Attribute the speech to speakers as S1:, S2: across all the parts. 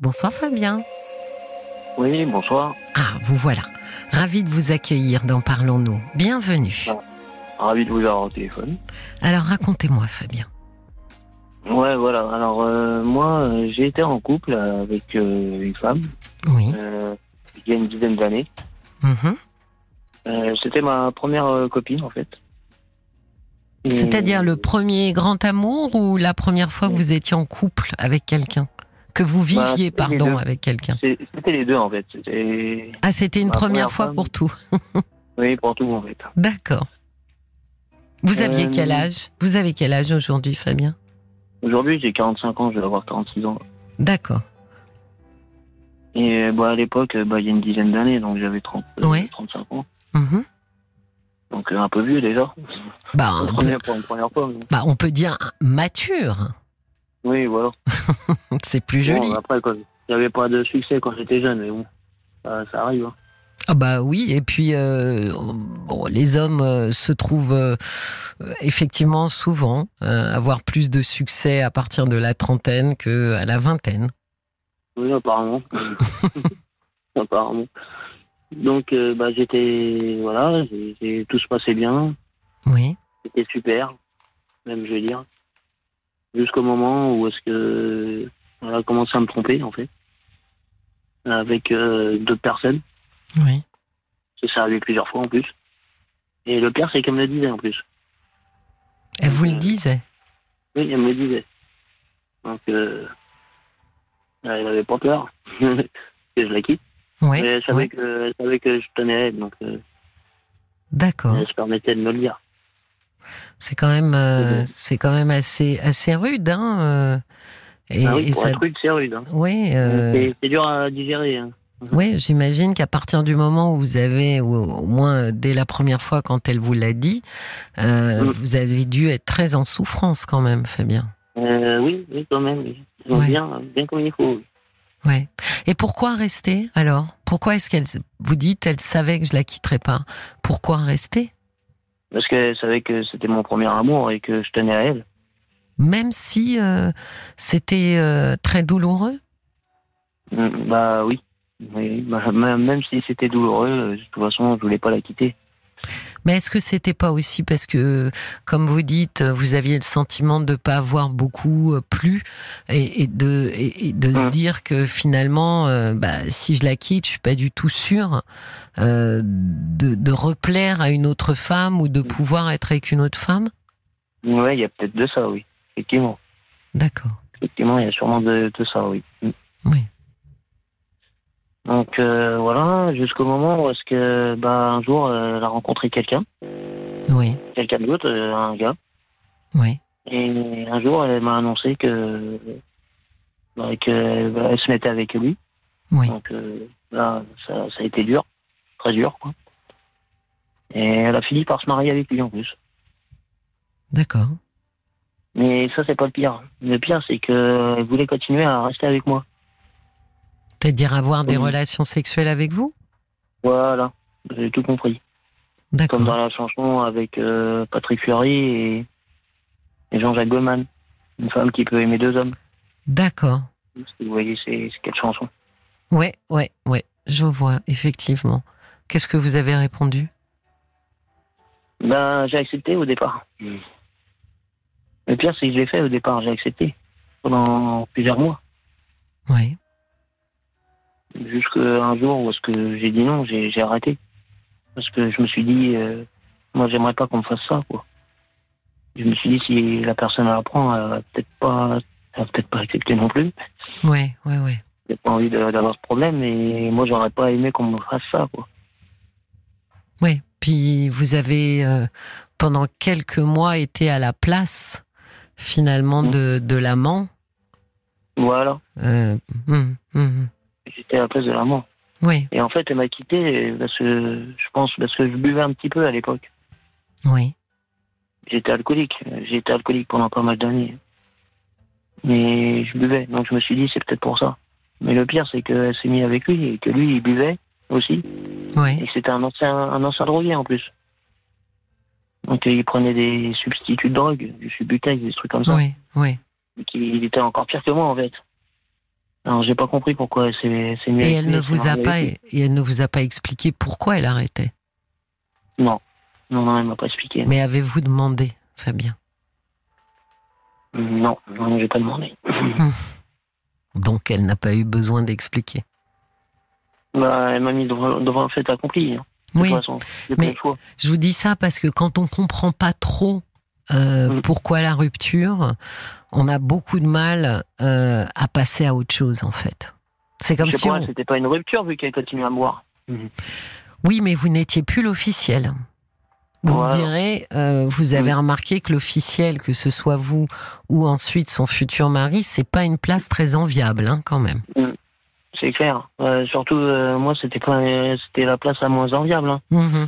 S1: Bonsoir Fabien.
S2: Oui, bonsoir.
S1: Ah, vous voilà. Ravi de vous accueillir dans Parlons-nous. Bienvenue.
S2: Ravi de vous avoir au téléphone.
S1: Alors racontez-moi Fabien.
S2: Ouais, voilà. Alors, euh, moi, euh, j'ai été en couple euh, avec euh, une femme
S1: Oui.
S2: euh, il y a une dizaine d'années.
S1: Mhm.
S2: Euh, C'était ma première euh, copine, en fait. Et-
S1: C'est-à-dire le premier grand amour ou la première fois que vous étiez en couple avec quelqu'un Que vous
S2: Bah,
S1: viviez,
S2: les
S1: pardon,
S2: deux.
S1: avec quelqu'un
S2: C'est- C'était les deux, en fait. C'était-
S1: Ah, c'était une
S2: Ma
S1: première
S2: première
S1: fois
S2: femme.
S1: pour tout.
S2: Oui, pour tout, en fait.
S1: D'accord. Vous aviez
S2: Euh,
S1: quel âge Vous avez quel âge aujourd'hui, Fabien
S2: Aujourd'hui, j'ai 45 ans, je vais avoir 46 ans.
S1: D'accord.
S2: Et euh, bah, à l'époque, euh, bah, il y a une dizaine d'années, donc j'avais 30, euh,
S1: Ouais.
S2: 35 ans.
S1: Mhm.
S2: Donc, euh, un peu vieux, déjà.
S1: Bah, on peut,
S2: Première, pour une première fois. mais-
S1: bah, on peut dire mature.
S2: Oui, voilà.
S1: C'est plus
S2: Bon,
S1: joli.
S2: après, quoi, il n'y avait pas de succès quand j'étais jeune, mais bon, euh, ça arrive. hein.
S1: Ah bah oui, et puis euh, bon, les hommes euh, se trouvent euh, euh, effectivement souvent euh, avoir plus de succès à partir de la trentaine que à la vingtaine.
S2: Oui, apparemment. apparemment. Donc, euh, bah, j'étais. Voilà, j'ai- j'ai- tout se passait bien.
S1: Oui.
S2: C'était super, même, je veux dire. Jusqu'au moment où est-ce que. Elle a commencé à me tromper, en fait. Avec euh, d'autres personnes.
S1: Oui.
S2: C'est ça arrivé plusieurs fois, en plus. Et le pire, c'est qu'elle me le disait, en plus.
S1: Elle vous le
S2: Euh,
S1: disait.
S2: Oui, elle me le disait. Donc, euh, elle n'avait pas peur que je la quitte.
S1: Oui.
S2: Mais elle savait,
S1: oui.
S2: que, elle savait que je tenais à elle, donc euh,
S1: D'accord.
S2: elle se permettait de me le dire.
S1: C'est quand même euh,
S2: Mhm.
S1: c'est quand même assez assez rude hein. euh, et,
S2: ah oui,
S1: et
S2: pour
S1: ça.
S2: un truc, c'est rude. hein.
S1: Oui. euh,
S2: C'est- C'est dur à digérer. hein.
S1: Oui, j'imagine qu'à partir du moment où vous avez, ou au moins dès la première fois quand elle vous l'a dit, euh,
S2: Mm.
S1: vous avez dû être très en souffrance quand même, Fabien.
S2: Euh, oui, oui, quand même. oui. Donc,
S1: Ouais.
S2: bien, bien comme il faut. oui.
S1: Ouais. Et pourquoi rester alors Pourquoi est-ce qu'elle, vous dites, elle savait que je la quitterais pas Pourquoi rester
S2: Parce qu'elle savait que c'était mon premier amour et que je tenais à elle.
S1: Même si euh, c'était euh, très douloureux
S2: Mm, Bah oui. Oui, bah, même même si c'était douloureux, euh, de toute façon, je voulais pas la quitter.
S1: mais est-ce que c'était pas aussi parce que, comme vous dites, vous aviez le sentiment de pas avoir beaucoup euh, plu et, et de, et, et de se
S2: Mm.
S1: dire que finalement, euh, bah, si je la quitte, je suis pas du tout sûre euh, de, de replaire à une autre femme ou de pouvoir être avec une autre femme
S2: Ouais, il y a peut-être de ça, oui. Effectivement.
S1: D'accord.
S2: Effectivement, il y a sûrement de, de ça, oui. Mm.
S1: Oui.
S2: Donc euh, voilà, jusqu'au moment où est-ce que bah un jour euh, elle a rencontré quelqu'un,
S1: Oui.
S2: quelqu'un d'autre, euh, un gars,
S1: Oui.
S2: et un jour elle m'a annoncé que bah, que bah, elle se mettait avec lui.
S1: Oui.
S2: Donc euh, là, ça, ça a été dur, très dur quoi. Et elle a fini par se marier avec lui en plus.
S1: D'accord.
S2: Mais ça c'est pas le pire. Le pire c'est que elle voulait continuer à rester avec moi.
S1: C'est-à-dire avoir des
S2: Oui.
S1: relations sexuelles avec vous
S2: Voilà, j'ai tout compris. comme
S1: D'accord.
S2: dans la chanson avec euh, Patrick Fury et, et Jean-Jacques Goldman. Une femme qui peut aimer deux hommes.
S1: D'accord.
S2: Si vous voyez, c'est c'est quelle chanson
S1: Ouais, ouais, ouais. Je vois, effectivement. Qu'est-ce que vous avez répondu
S2: Ben, j'ai accepté au départ. Le pire, c'est que je l'ai fait au départ. J'ai accepté pendant plusieurs mois.
S1: Oui.
S2: Jusqu'à un jour où est-ce que j'ai dit non, j'ai j'ai arrêté. Parce que je me suis dit, euh, moi, j'aimerais pas qu'on me fasse ça, quoi. Je me suis dit, si la personne elle apprend, elle va peut-être pas, elle va peut-être pas accepter non plus.
S1: Ouais, ouais, ouais.
S2: j'ai pas envie de- d'avoir ce problème et moi j'aurais pas aimé qu'on me fasse ça quoi.
S1: Ouais. Puis vous avez, euh, pendant quelques mois, été à la place, finalement,
S2: Mhm.
S1: de, de l'amant.
S2: Voilà,
S1: Euh, hum, hum,
S2: j'étais à la place de la mort.
S1: Oui,
S2: Et en fait elle m'a quitté parce que je pense parce que je buvais un petit peu à l'époque.
S1: oui.
S2: J'étais alcoolique, j'ai été alcoolique pendant pas mal d'années. Mais je buvais, donc je me suis dit c'est peut-être pour ça. Mais le pire c'est qu'elle s'est mise avec lui et que lui il buvait aussi et
S1: Ouais.
S2: que c'était un ancien un ancien drogué en plus. Donc il prenait des substituts de drogue, du subutex, des trucs comme ça.
S1: Oui, oui.
S2: qu'il était encore pire que moi en fait. Alors, j'ai pas compris pourquoi c'est c'est mieux.
S1: Et
S2: avec
S1: elle
S2: lui,
S1: ne
S2: c'est
S1: vous
S2: marié
S1: a
S2: avec
S1: pas,
S2: lui.
S1: et elle ne vous a pas expliqué pourquoi elle arrêtait.
S2: Non, non, non, elle m'a pas expliqué.
S1: Mais avez-vous demandé, Fabien
S2: Non, non, j'ai pas demandé.
S1: Donc elle n'a pas eu besoin d'expliquer.
S2: Bah, elle m'a mis devant, devant le fait accompli. hein, de
S1: Oui,
S2: toute façon. J'ai
S1: mais-
S2: pas le choix.
S1: je vous dis ça parce que quand on comprend pas trop euh,
S2: Mm.
S1: pourquoi la rupture, on a beaucoup de mal euh, à passer à autre chose en fait. C'est comme
S2: Je sais
S1: si
S2: pas,
S1: on...
S2: c'était pas une rupture vu qu'elle continue à me voir.
S1: Oui, mais vous n'étiez plus l'officiel. Vous me
S2: Voilà. Mm.
S1: direz, euh, vous avez
S2: Oui.
S1: remarqué que l'officiel, que ce soit vous ou ensuite son futur mari, c'est pas une place très enviable, hein, quand même.
S2: C'est clair. Euh, surtout, euh, moi, c'était pas, euh, c'était la place la moins enviable. Hein.
S1: Mhm.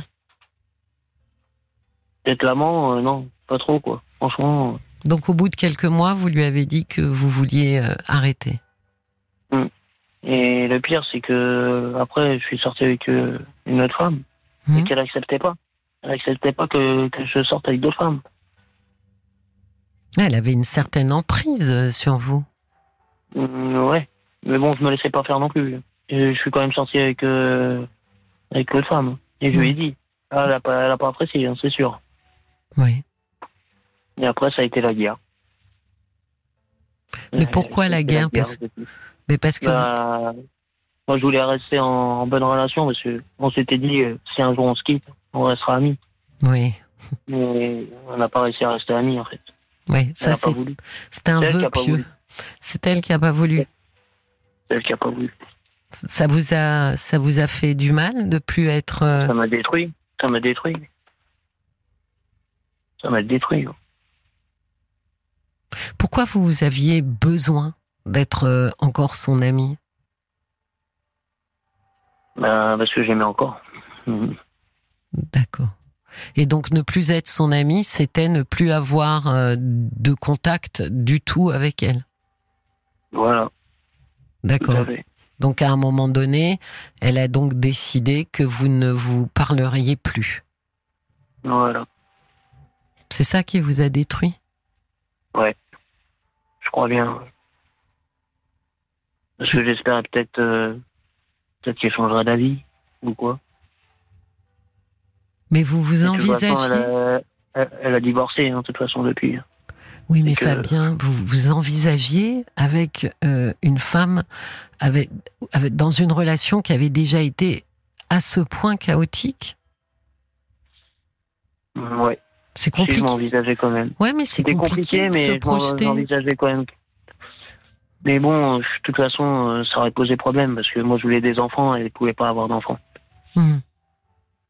S2: D'être l'amant, euh, non, pas trop quoi. Franchement, euh.
S1: Donc, au bout de quelques mois, vous lui avez dit que vous vouliez euh, arrêter.
S2: euh, et le pire, c'est que après, je suis sorti avec euh, une autre femme et
S1: Mhm.
S2: qu'elle acceptait pas. Elle acceptait pas que, que je sorte avec d'autres femmes.
S1: Elle avait une certaine emprise euh, sur vous.
S2: Mm, ouais, mais bon, je me laissais pas faire non plus. Je, je suis quand même sorti avec euh, avec l'autre femme et je
S1: Mm.
S2: lui ai dit. Ah, elle a pas, elle a pas apprécié, hein, c'est sûr.
S1: Oui.
S2: Et après, ça a été la guerre.
S1: Mais
S2: Euh,
S1: pourquoi la
S2: c'était
S1: guerre Parce-
S2: c'est tout.
S1: Mais parce que vous-
S2: Bah, moi, je voulais rester en, en bonne relation parce que on s'était dit, euh, si un jour on se quitte, on restera amis.
S1: oui,
S2: Mais on n'a pas réussi à rester amis, en fait.
S1: oui,
S2: elle
S1: ça
S2: n'a pas
S1: c'est
S2: voulu.
S1: c'est un
S2: C'est elle qui
S1: vœu
S2: a pas
S1: pieux.
S2: voulu.
S1: C'est elle qui a pas voulu.
S2: C'est elle qui a pas voulu.
S1: Ça vous a ça vous a fait du mal de plus être. euh,
S2: Ça m'a détruit. Ça m'a détruit. Ça m'a détruit.
S1: Pourquoi vous aviez besoin d'être euh, encore son ami
S2: Bah, parce que j'aimais encore. Mhm.
S1: D'accord. Et donc ne plus être son ami, c'était ne plus avoir euh, de contact du tout avec elle.
S2: Voilà. Tout à
S1: D'accord.
S2: fait.
S1: Donc à un moment donné, elle a donc décidé que vous ne vous parleriez plus.
S2: Voilà.
S1: C'est ça qui vous a détruit
S2: Je crois bien. Parce que j'espérais peut-être euh, peut-être qu'elle changera d'avis ou quoi.
S1: Mais vous vous
S2: Et de toute façon,
S1: envisagez.
S2: elle, a, elle- elle a divorcé, hein, de toute façon, depuis.
S1: Oui, mais
S2: que-
S1: Fabien, vous vous envisagiez avec euh, une femme avec, avec- dans une relation qui avait déjà été à ce point chaotique
S2: Mm, Ouais,
S1: C'est
S2: si je
S1: compliqué.
S2: m'envisageais quand même.
S1: Ouais, mais c'est
S2: C'était
S1: compliqué,
S2: compliqué,
S1: de se
S2: mais je m'en- je
S1: projeter.
S2: m'envisageais quand même. Mais bon, je- de toute façon, euh, ça aurait posé problème parce que moi, je voulais des enfants et elle ne pouvait pas avoir d'enfants.
S1: Hmm.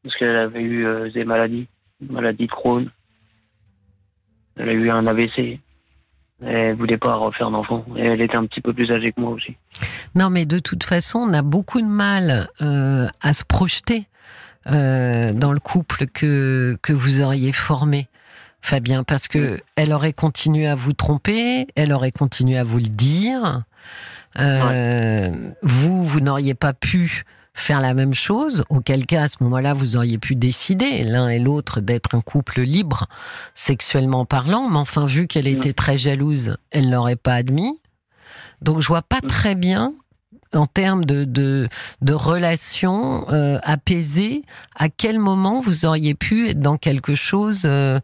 S2: Parce qu'elle avait eu euh, des maladies, maladie de Crohn. Elle a eu un AVC. Elle voulait pas refaire d'enfants. Et elle était un petit peu plus âgée que moi aussi.
S1: Non, mais de toute façon, on a beaucoup de mal euh, à se projeter euh, dans le couple que, que vous auriez formé, Fabien, parce que elle aurait continué à vous tromper, elle aurait continué à vous le dire. Euh, Vous, vous n'auriez pas pu faire la même chose, auquel cas, à ce moment-là, vous auriez pu décider l'un et l'autre d'être un couple libre, sexuellement parlant, mais enfin, vu qu'elle était très jalouse, elle l'aurait pas admis. Donc, je vois pas très bien, en termes de, de, de relations euh, apaisées, à quel moment vous auriez pu être dans quelque chose euh,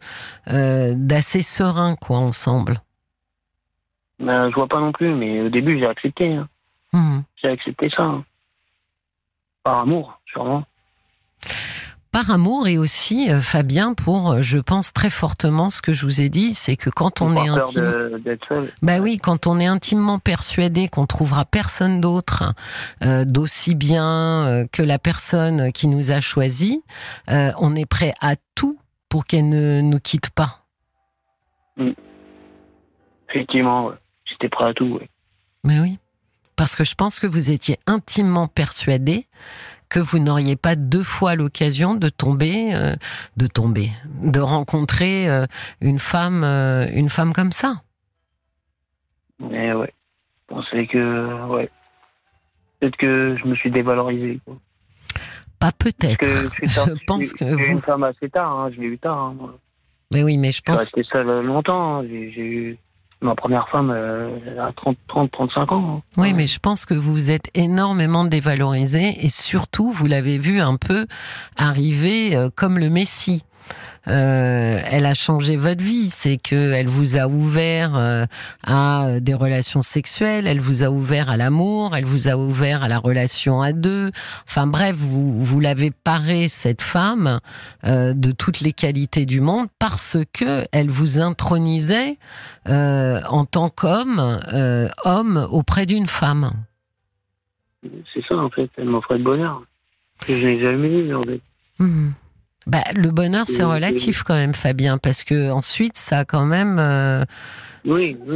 S1: euh, d'assez serein, quoi, ensemble.
S2: Ben, je vois pas non plus, mais au début, j'ai accepté. hein.
S1: Hmm.
S2: J'ai accepté ça. hein. Par amour, sûrement.
S1: Par amour et aussi, euh, Fabien, pour, euh, je pense très fortement ce que je vous ai dit, c'est que quand on
S2: Par
S1: est
S2: peur
S1: intime,
S2: de- d'être seul.
S1: Bah oui, quand on est intimement persuadé qu'on trouvera personne d'autre euh, d'aussi bien euh, que la personne qui nous a choisi, euh, on est prêt à tout pour qu'elle ne nous quitte pas.
S2: Effectivement, ouais. j'étais prêt à tout. ouais.
S1: Mais oui, parce que je pense que vous étiez intimement persuadé que vous n'auriez pas deux fois l'occasion de tomber, euh, de tomber, de rencontrer euh, une femme, euh, une femme comme ça.
S2: Mais ouais, je pensais que, ouais. Peut-être que je me suis dévalorisé. quoi.
S1: Pas
S2: Parce
S1: peut-être.
S2: que je suis sorti-
S1: Eh ben, Je pense que
S2: j'ai eu
S1: vous.
S2: une femme assez tard, hein, je l'ai eu tard. hein, moi.
S1: Mais oui, mais je
S2: Je suis
S1: pense.
S2: resté seul longtemps, hein, j'ai j'ai eu ma première femme euh, à 30, 30, 35 ans. hein.
S1: Oui, mais je pense que vous vous êtes énormément dévalorisé et surtout, vous l'avez vu un peu arriver euh, comme le Messie. Euh, elle a changé votre vie, c'est que elle vous a ouvert euh, à des relations sexuelles, elle vous a ouvert à l'amour, elle vous a ouvert à la relation à deux. Enfin bref, vous vous l'avez parée cette femme euh, de toutes les qualités du monde parce que elle vous intronisait euh, en tant qu'homme, euh, homme auprès d'une femme.
S2: Euh, C'est ça, en fait. Elle m'offrait le bonheur. Que je n'ai jamais eu, en fait.
S1: Bah, le bonheur, c'est
S2: Oui,
S1: relatif quand même, Fabien, parce que ensuite, ça a quand même. euh,
S2: Oui, oui. Après,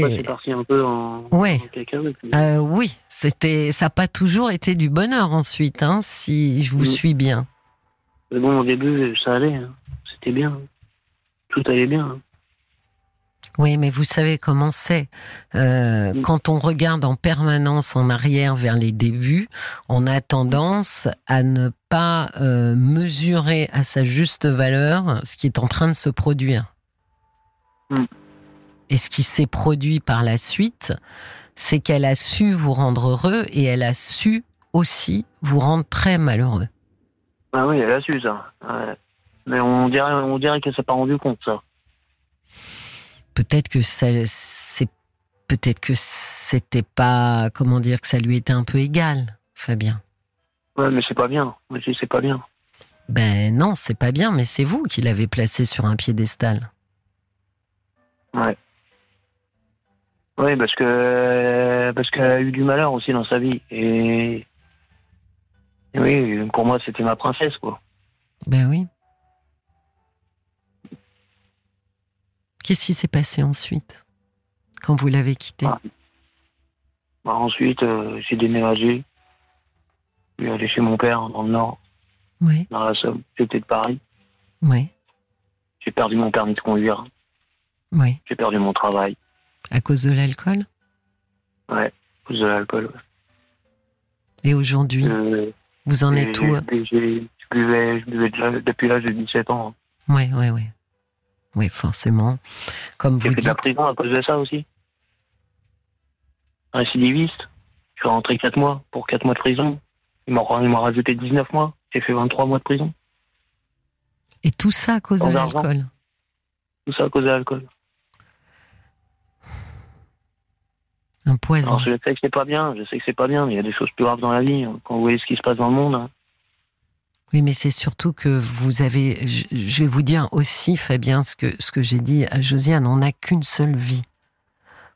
S1: C'est-
S2: c'est parti un peu en,
S1: Ouais.
S2: en cacahuète. mais-
S1: euh, oui, c'était, ça n'a pas toujours été du bonheur ensuite, hein, si je vous
S2: Oui.
S1: suis bien.
S2: Mais bon, au début, ça allait. hein. C'était bien. Tout allait bien. hein.
S1: Oui, mais vous savez comment c'est. Euh,
S2: Oui.
S1: Quand on regarde en permanence en arrière vers les débuts, on a tendance à ne pas euh, mesurer à sa juste valeur ce qui est en train de se produire.
S2: Mm.
S1: Et ce qui s'est produit par la suite, c'est qu'elle a su vous rendre heureux et elle a su aussi vous rendre très malheureux.
S2: Ah oui, elle a su, ça. Ouais. Mais on dirait, on dirait qu'elle s'est pas rendu compte, ça.
S1: peut-être que ça c'est peut-être que c'était pas comment dire que ça lui était un peu égal Fabien
S2: Ouais, mais c'est pas bien. Moi, je dis, c'est pas bien.
S1: ben non c'est pas bien mais c'est vous qui l'avez placé sur un piédestal
S2: Oui, parce que parce qu'elle a eu du malheur aussi dans sa vie. Et, et oui, pour moi, c'était ma princesse, quoi.
S1: ben oui qu'est-ce qui s'est passé ensuite quand vous l'avez quitté
S2: Ah. Bah, ensuite, euh, j'ai déménagé. Je suis allé chez mon père dans le Nord,
S1: oui
S2: dans la Somme. J'étais de Paris.
S1: oui
S2: J'ai perdu mon permis de conduire.
S1: oui
S2: J'ai perdu mon travail
S1: à cause de l'alcool
S2: à cause de l'alcool.
S1: et aujourd'hui
S2: Euh,
S1: vous en
S2: j'ai-
S1: êtes où
S2: j'ai- j'ai- Je buvais, je buvais de la- depuis l'âge de 17 ans. hein.
S1: oui oui oui oui forcément comme
S2: J'ai
S1: vous
S2: fait de la
S1: dites
S2: prison à cause de ça aussi. Récidiviste. Je suis rentré 4 mois pour 4 mois de prison. Ils m'ont ils m'ont rajouté 19 mois. J'ai fait 23 mois de prison.
S1: et tout ça à cause de
S2: Sans argent.
S1: l'alcool
S2: Tout ça à cause de l'alcool.
S1: un poison
S2: Alors je sais que c'est pas bien, je sais que c'est pas bien, mais il y a des choses plus graves dans la vie. hein. Quand vous voyez ce qui se passe dans le monde, hein.
S1: Oui, mais c'est surtout que vous avez. Je je vais vous dire aussi, Fabien, ce que, ce que j'ai dit à Josiane on n'a qu'une seule vie.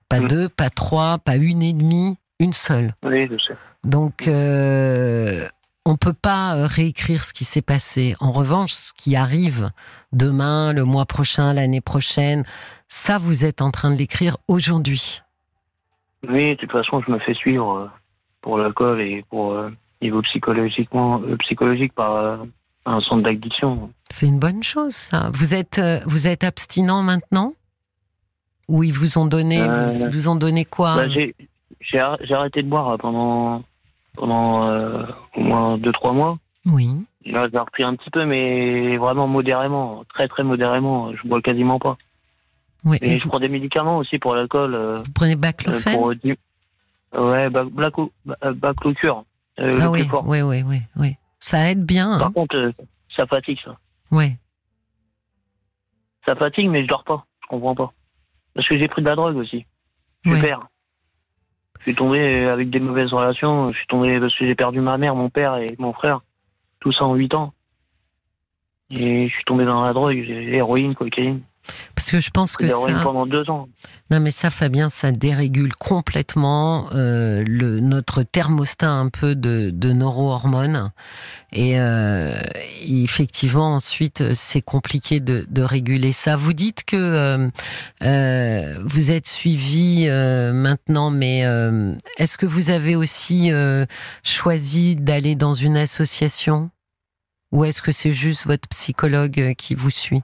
S1: Pas
S2: Mm.
S1: deux, pas trois, pas une et demie, une seule.
S2: oui, je sais.
S1: Donc, euh, on ne peut pas euh, réécrire ce qui s'est passé. En revanche, ce qui arrive demain, le mois prochain, l'année prochaine, ça, vous êtes en train de l'écrire aujourd'hui.
S2: Oui, de toute façon, je me fais suivre euh, pour l'alcool et pour euh, niveau psychologiquement, euh, psychologique par euh, un centre d'addiction.
S1: C'est une bonne chose, ça. Vous êtes, euh, vous êtes abstinent maintenant Ou ils vous ont donné,
S2: Euh,
S1: vous, ils vous ont donné quoi
S2: Bah, j'ai j'ai ar- j'ai arrêté de boire euh, pendant pendant euh, au moins deux trois mois.
S1: Oui.
S2: Là, j'ai repris un petit peu, mais vraiment modérément, très très modérément. Je bois quasiment pas.
S1: Oui, et
S2: Et je
S1: vous,
S2: prends des médicaments aussi pour l'alcool. euh,
S1: vous prenez
S2: euh,
S1: baclofène
S2: pour du- ouais, bah, blaco, bah, euh, baclocure, euh, le
S1: Ah
S2: plus
S1: oui,
S2: fort.
S1: oui, oui, oui, oui. Ça aide bien,
S2: Par
S1: hein
S2: contre, euh, ça fatigue ça.
S1: Ouais.
S2: Ça fatigue, mais je dors pas. Je comprends pas. Parce que j'ai pris de la drogue aussi.
S1: Ouais.
S2: Super. Je suis tombé euh, avec des mauvaises relations. Je suis tombé parce que j'ai perdu ma mère, mon père et mon frère. Tout ça en 8 ans. Et je suis tombé dans la drogue, j'ai- héroïne, cocaïne.
S1: Parce que je pense que
S2: L'héroïne
S1: ça...
S2: pendant 2 ans.
S1: Non mais ça, Fabien, ça dérégule complètement euh, le, notre thermostat un peu de, de neurohormones. Et euh, effectivement, ensuite, c'est compliqué de, de réguler ça. Vous dites que euh, euh, vous êtes suivi euh, maintenant, mais euh, est-ce que vous avez aussi euh, choisi d'aller dans une association ou est-ce que c'est juste votre psychologue qui vous suit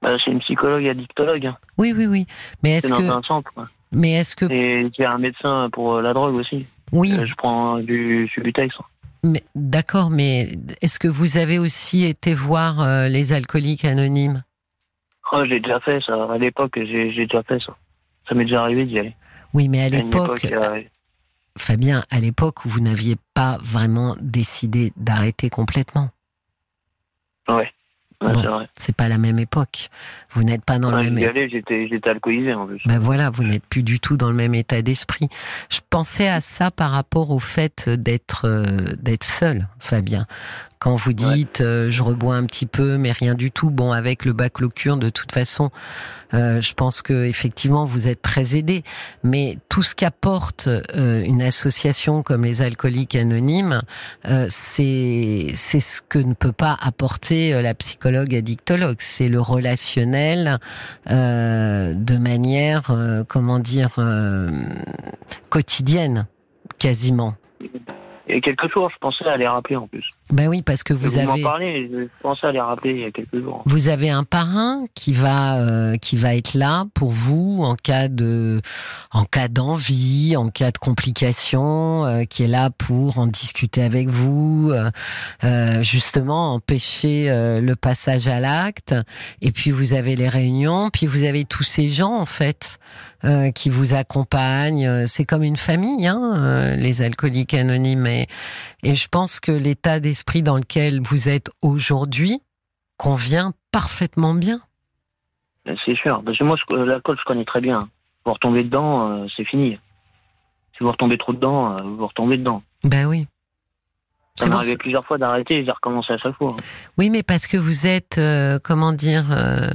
S2: Bah, c'est une psychologue addictologue. hein.
S1: Oui, oui, oui. Mais
S2: C'est
S1: est-ce
S2: dans
S1: que,
S2: un centre. quoi.
S1: mais est-ce que,
S2: Et j'ai un médecin pour euh, la drogue aussi.
S1: oui,
S2: Euh, Je prends du hein. subutex.
S1: Mais- D'accord, mais est-ce que vous avez aussi été voir euh, les alcooliques anonymes
S2: Oh, j'ai déjà fait ça. À l'époque, j'ai j'ai déjà fait ça. Ça m'est déjà arrivé d'y aller.
S1: Oui, mais à
S2: une
S1: l'époque,
S2: époque, euh,
S1: Fabien, à l'époque où vous n'aviez pas vraiment décidé d'arrêter complètement,
S2: ouais,
S1: Bon.
S2: c'est vrai.
S1: c'est pas la même époque. Vous n'êtes pas dans
S2: Quand
S1: le même
S2: j'y allais, j'étais, j'étais alcoolisé en plus.
S1: Ben voilà, vous n'êtes plus du tout dans le même état d'esprit. Je pensais à ça par rapport au fait d'être euh, d'être seul, Fabien. Quand vous dites euh, je rebois un petit peu, mais rien du tout. Bon, avec le bac locurne, de toute façon, euh, je pense que effectivement vous êtes très aidé. Mais tout ce qu'apporte euh, une association comme les Alcooliques Anonymes, euh, c'est c'est ce que ne peut pas apporter euh, la psychologue addictologue. C'est le relationnel, euh, de manière, euh, comment dire, euh, quotidienne, quasiment.
S2: Et quelques jours, je pensais à les rappeler en plus.
S1: Ben oui, parce que vous
S2: Vous, m'en
S1: avez,
S2: parlez, je pensais à les rappeler il y a quelques jours.
S1: vous avez un parrain qui va, euh, qui va être là pour vous en cas de, en cas d'envie, en cas de complications, euh, qui est là pour en discuter avec vous, euh, euh, justement empêcher euh, le passage à l'acte. Et puis vous avez les réunions, puis vous avez tous ces gens en fait euh, qui vous accompagnent. Euh, C'est comme une famille, hein, euh, les alcooliques anonymes. Et, et je pense que l'état d'esprit dans lequel vous êtes aujourd'hui convient parfaitement bien.
S2: Ben, C'est sûr. Parce que moi, je- euh, l'alcool, je connais très bien. Vous retombez dedans, euh, c'est fini. Si vous retombez trop dedans, euh, vous retombez dedans.
S1: Ben oui. C'est
S2: Ça m'est
S1: pour
S2: arrivé plusieurs fois d'arrêter et j'ai recommencé à chaque fois.
S1: Oui, mais parce que vous êtes, euh, comment dire, euh,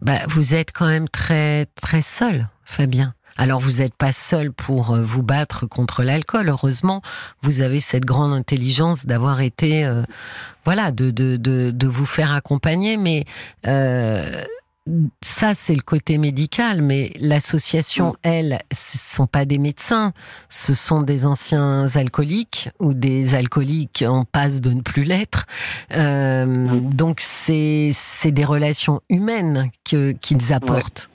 S1: bah, vous êtes quand même très, très seul, Fabien. Alors, vous n'êtes pas seul pour euh, vous battre contre l'alcool. Heureusement, vous avez cette grande intelligence d'avoir été, euh, voilà, de, de, de, de vous faire accompagner. Mais euh, ça, c'est le côté médical. Mais l'association, elle, ce ne sont pas des médecins. Ce sont des anciens alcooliques ou des alcooliques en passe de ne plus l'être. Euh,
S2: Mm.
S1: Donc c'est c'est des relations humaines que qu'ils apportent.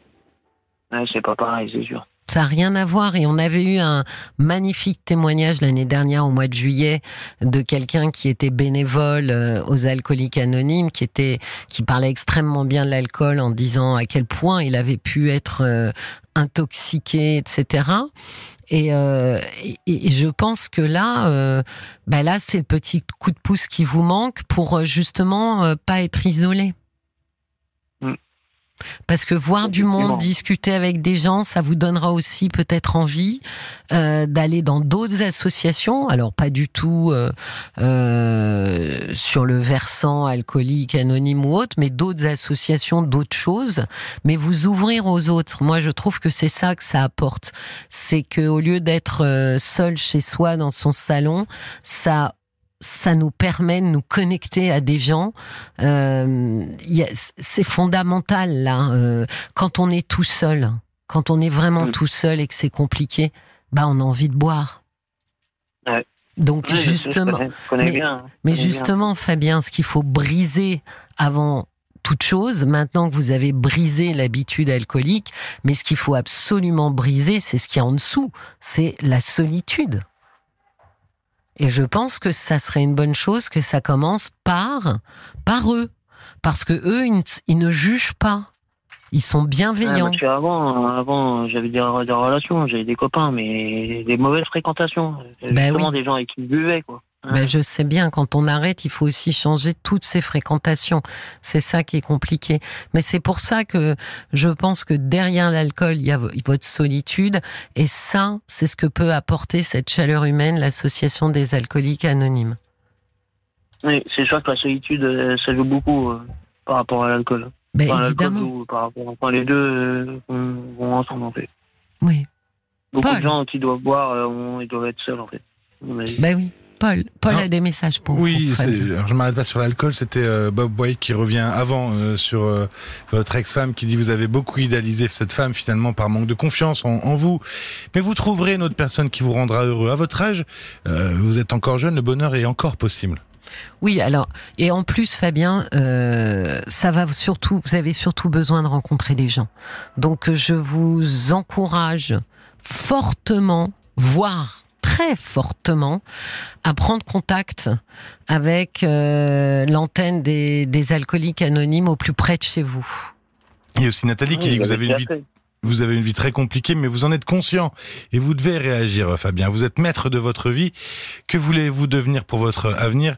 S2: Ouais, c'est pas pareil, c'est sûr.
S1: Ça n'a rien à voir et on avait eu un magnifique témoignage l'année dernière au mois de juillet de quelqu'un qui était bénévole euh, aux alcooliques anonymes qui était qui parlait extrêmement bien de l'alcool en disant à quel point il avait pu être euh, intoxiqué etc et, euh, et- et je pense que là, euh, bah là, c'est le petit coup de pouce qui vous manque pour euh, justement euh, pas être isolé.
S2: Mm.
S1: Parce que voir du monde,
S2: Effectivement.
S1: discuter avec des gens, ça vous donnera aussi peut-être envie euh, d'aller dans d'autres associations. Alors pas du tout euh, euh, sur le versant alcoolique, anonyme ou autre, mais d'autres associations, d'autres choses. Mais vous ouvrir aux autres. Moi, je trouve que c'est ça que ça apporte c'est que au lieu d'être euh, seul chez soi dans son salon, ça ça nous permet de nous connecter à des gens. Euh, il y a- c'est fondamental là. euh, quand on est tout seul, quand on est vraiment
S2: Mm.
S1: tout seul et que c'est compliqué, bah on a envie de boire.
S2: Ouais.
S1: Donc
S2: Ouais, je sais,
S1: justement,
S2: Je connais, je connais
S1: mais-
S2: bien. je
S1: mais
S2: connais bien.
S1: justement, Fabien, ce qu'il faut briser avant toute chose, maintenant que vous avez brisé l'habitude alcoolique, mais ce qu'il faut absolument briser, c'est ce qu'il y a en dessous, c'est la solitude. Et je pense que ça serait une bonne chose que ça commence par, par eux. Parce que eux, ils ne, ils ne jugent pas. Ils sont
S2: Ouais,
S1: bienveillants.
S2: parce que avant, avant j'avais des, des relations, j'avais des copains, mais des mauvaises fréquentations. Euh,
S1: Ben
S2: Justement,
S1: oui.
S2: des gens avec qui je buvais, quoi.
S1: Ben, je sais bien, quand on arrête, il faut aussi changer toutes ses fréquentations. C'est ça qui est compliqué. Mais c'est pour ça que je pense que derrière l'alcool, il y a v- votre solitude. Et ça, c'est ce que peut apporter cette chaleur humaine, l'association des alcooliques anonymes.
S2: Oui, c'est sûr que la solitude, euh, ça joue beaucoup euh, par rapport à l'alcool.
S1: Ben,
S2: Enfin, l'alcool
S1: évidemment.
S2: joue par rapport, enfin, les deux euh, vont vont ensemble, en fait.
S1: Oui.
S2: Beaucoup
S1: Paul.
S2: de gens qui doivent boire, euh, ont- ils doivent être seuls, en fait. Mais-
S1: Ben oui. Paul, Paul
S3: Non.
S1: a des messages pour
S3: Oui,
S1: vous.
S3: c'est-
S1: Fabien.
S3: alors je m'arrête pas sur l'alcool. C'était euh, Bob Boy qui revient avant euh, sur euh, votre ex-femme qui dit vous avez beaucoup idéalisé cette femme finalement par manque de confiance en, en vous. Mais vous trouverez une autre personne qui vous rendra heureux. À votre âge, euh, vous êtes encore jeune, le bonheur est encore possible.
S1: Oui, alors, et en plus, Fabien, euh, ça va surtout, vous avez surtout besoin de rencontrer des gens. Donc, euh, je vous encourage fortement, voire très fortement, à prendre contact avec euh, l'antenne des, des alcooliques anonymes au plus près de chez vous.
S3: Il y a aussi Nathalie qui
S2: Oui,
S3: dit que vous
S2: j'avais
S3: avez une
S2: déjà
S3: vie
S2: fait.
S3: vous avez une vie très compliquée, mais vous en êtes conscient et vous devez réagir, Fabien. Vous êtes maître de votre vie. Que voulez-vous devenir pour votre avenir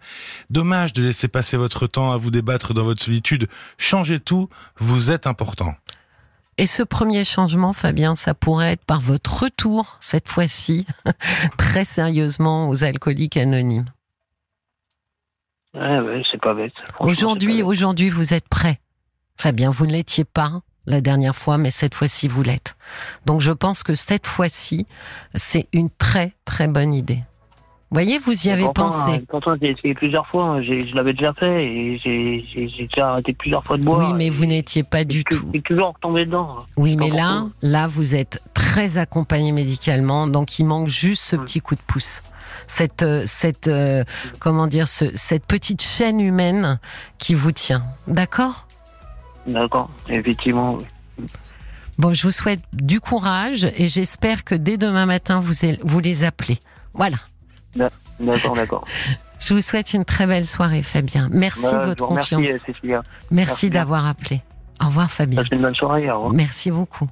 S3: Dommage de laisser passer votre temps à vous débattre dans votre solitude. Changez tout, vous êtes important.
S1: Et ce premier changement, Fabien, ça pourrait être par votre retour, cette fois-ci, très sérieusement aux alcooliques anonymes.
S2: Ouais, ouais, c'est pas bête. Franchement,
S1: Aujourd'hui,
S2: c'est pas bête.
S1: aujourd'hui, vous êtes prêt. Fabien, vous ne l'étiez pas la dernière fois, mais cette fois-ci, vous l'êtes. Donc, je pense que cette fois-ci, c'est une très, très bonne idée. Voyez, vous y avez
S2: Pourtant,
S1: pensé.
S2: euh, Pourtant, j'ai essayé plusieurs fois. hein. J'ai- Je l'avais déjà fait et j'ai- j'ai j'ai déjà arrêté plusieurs fois de boire.
S1: Oui, mais vous n'étiez pas
S2: Et
S1: du
S2: je-
S1: tout.
S2: Je suis toujours retombé dedans. hein.
S1: Oui, mais
S2: encore
S1: là,
S2: heureux.
S1: là, vous êtes très accompagné médicalement, donc il manque juste ce
S2: Mm.
S1: petit coup de pouce. Cette, euh, cette, euh, comment dire, ce- cette petite chaîne humaine qui vous tient. D'accord
S2: D'accord, effectivement. oui.
S1: Bon, je vous souhaite du courage et j'espère que dès demain matin, vous, allez- vous les appelez. Voilà.
S2: D'accord, d'accord.
S1: Je vous souhaite une très belle soirée, Fabien. Merci
S2: Bah,
S1: de
S2: je
S1: votre
S2: vous remercie,
S1: confiance.
S2: euh, Cécilia.
S1: Merci
S2: bien.
S1: d'avoir appelé. Au revoir, Fabien.
S2: Passez une bonne soirée. Au revoir.
S1: Merci beaucoup.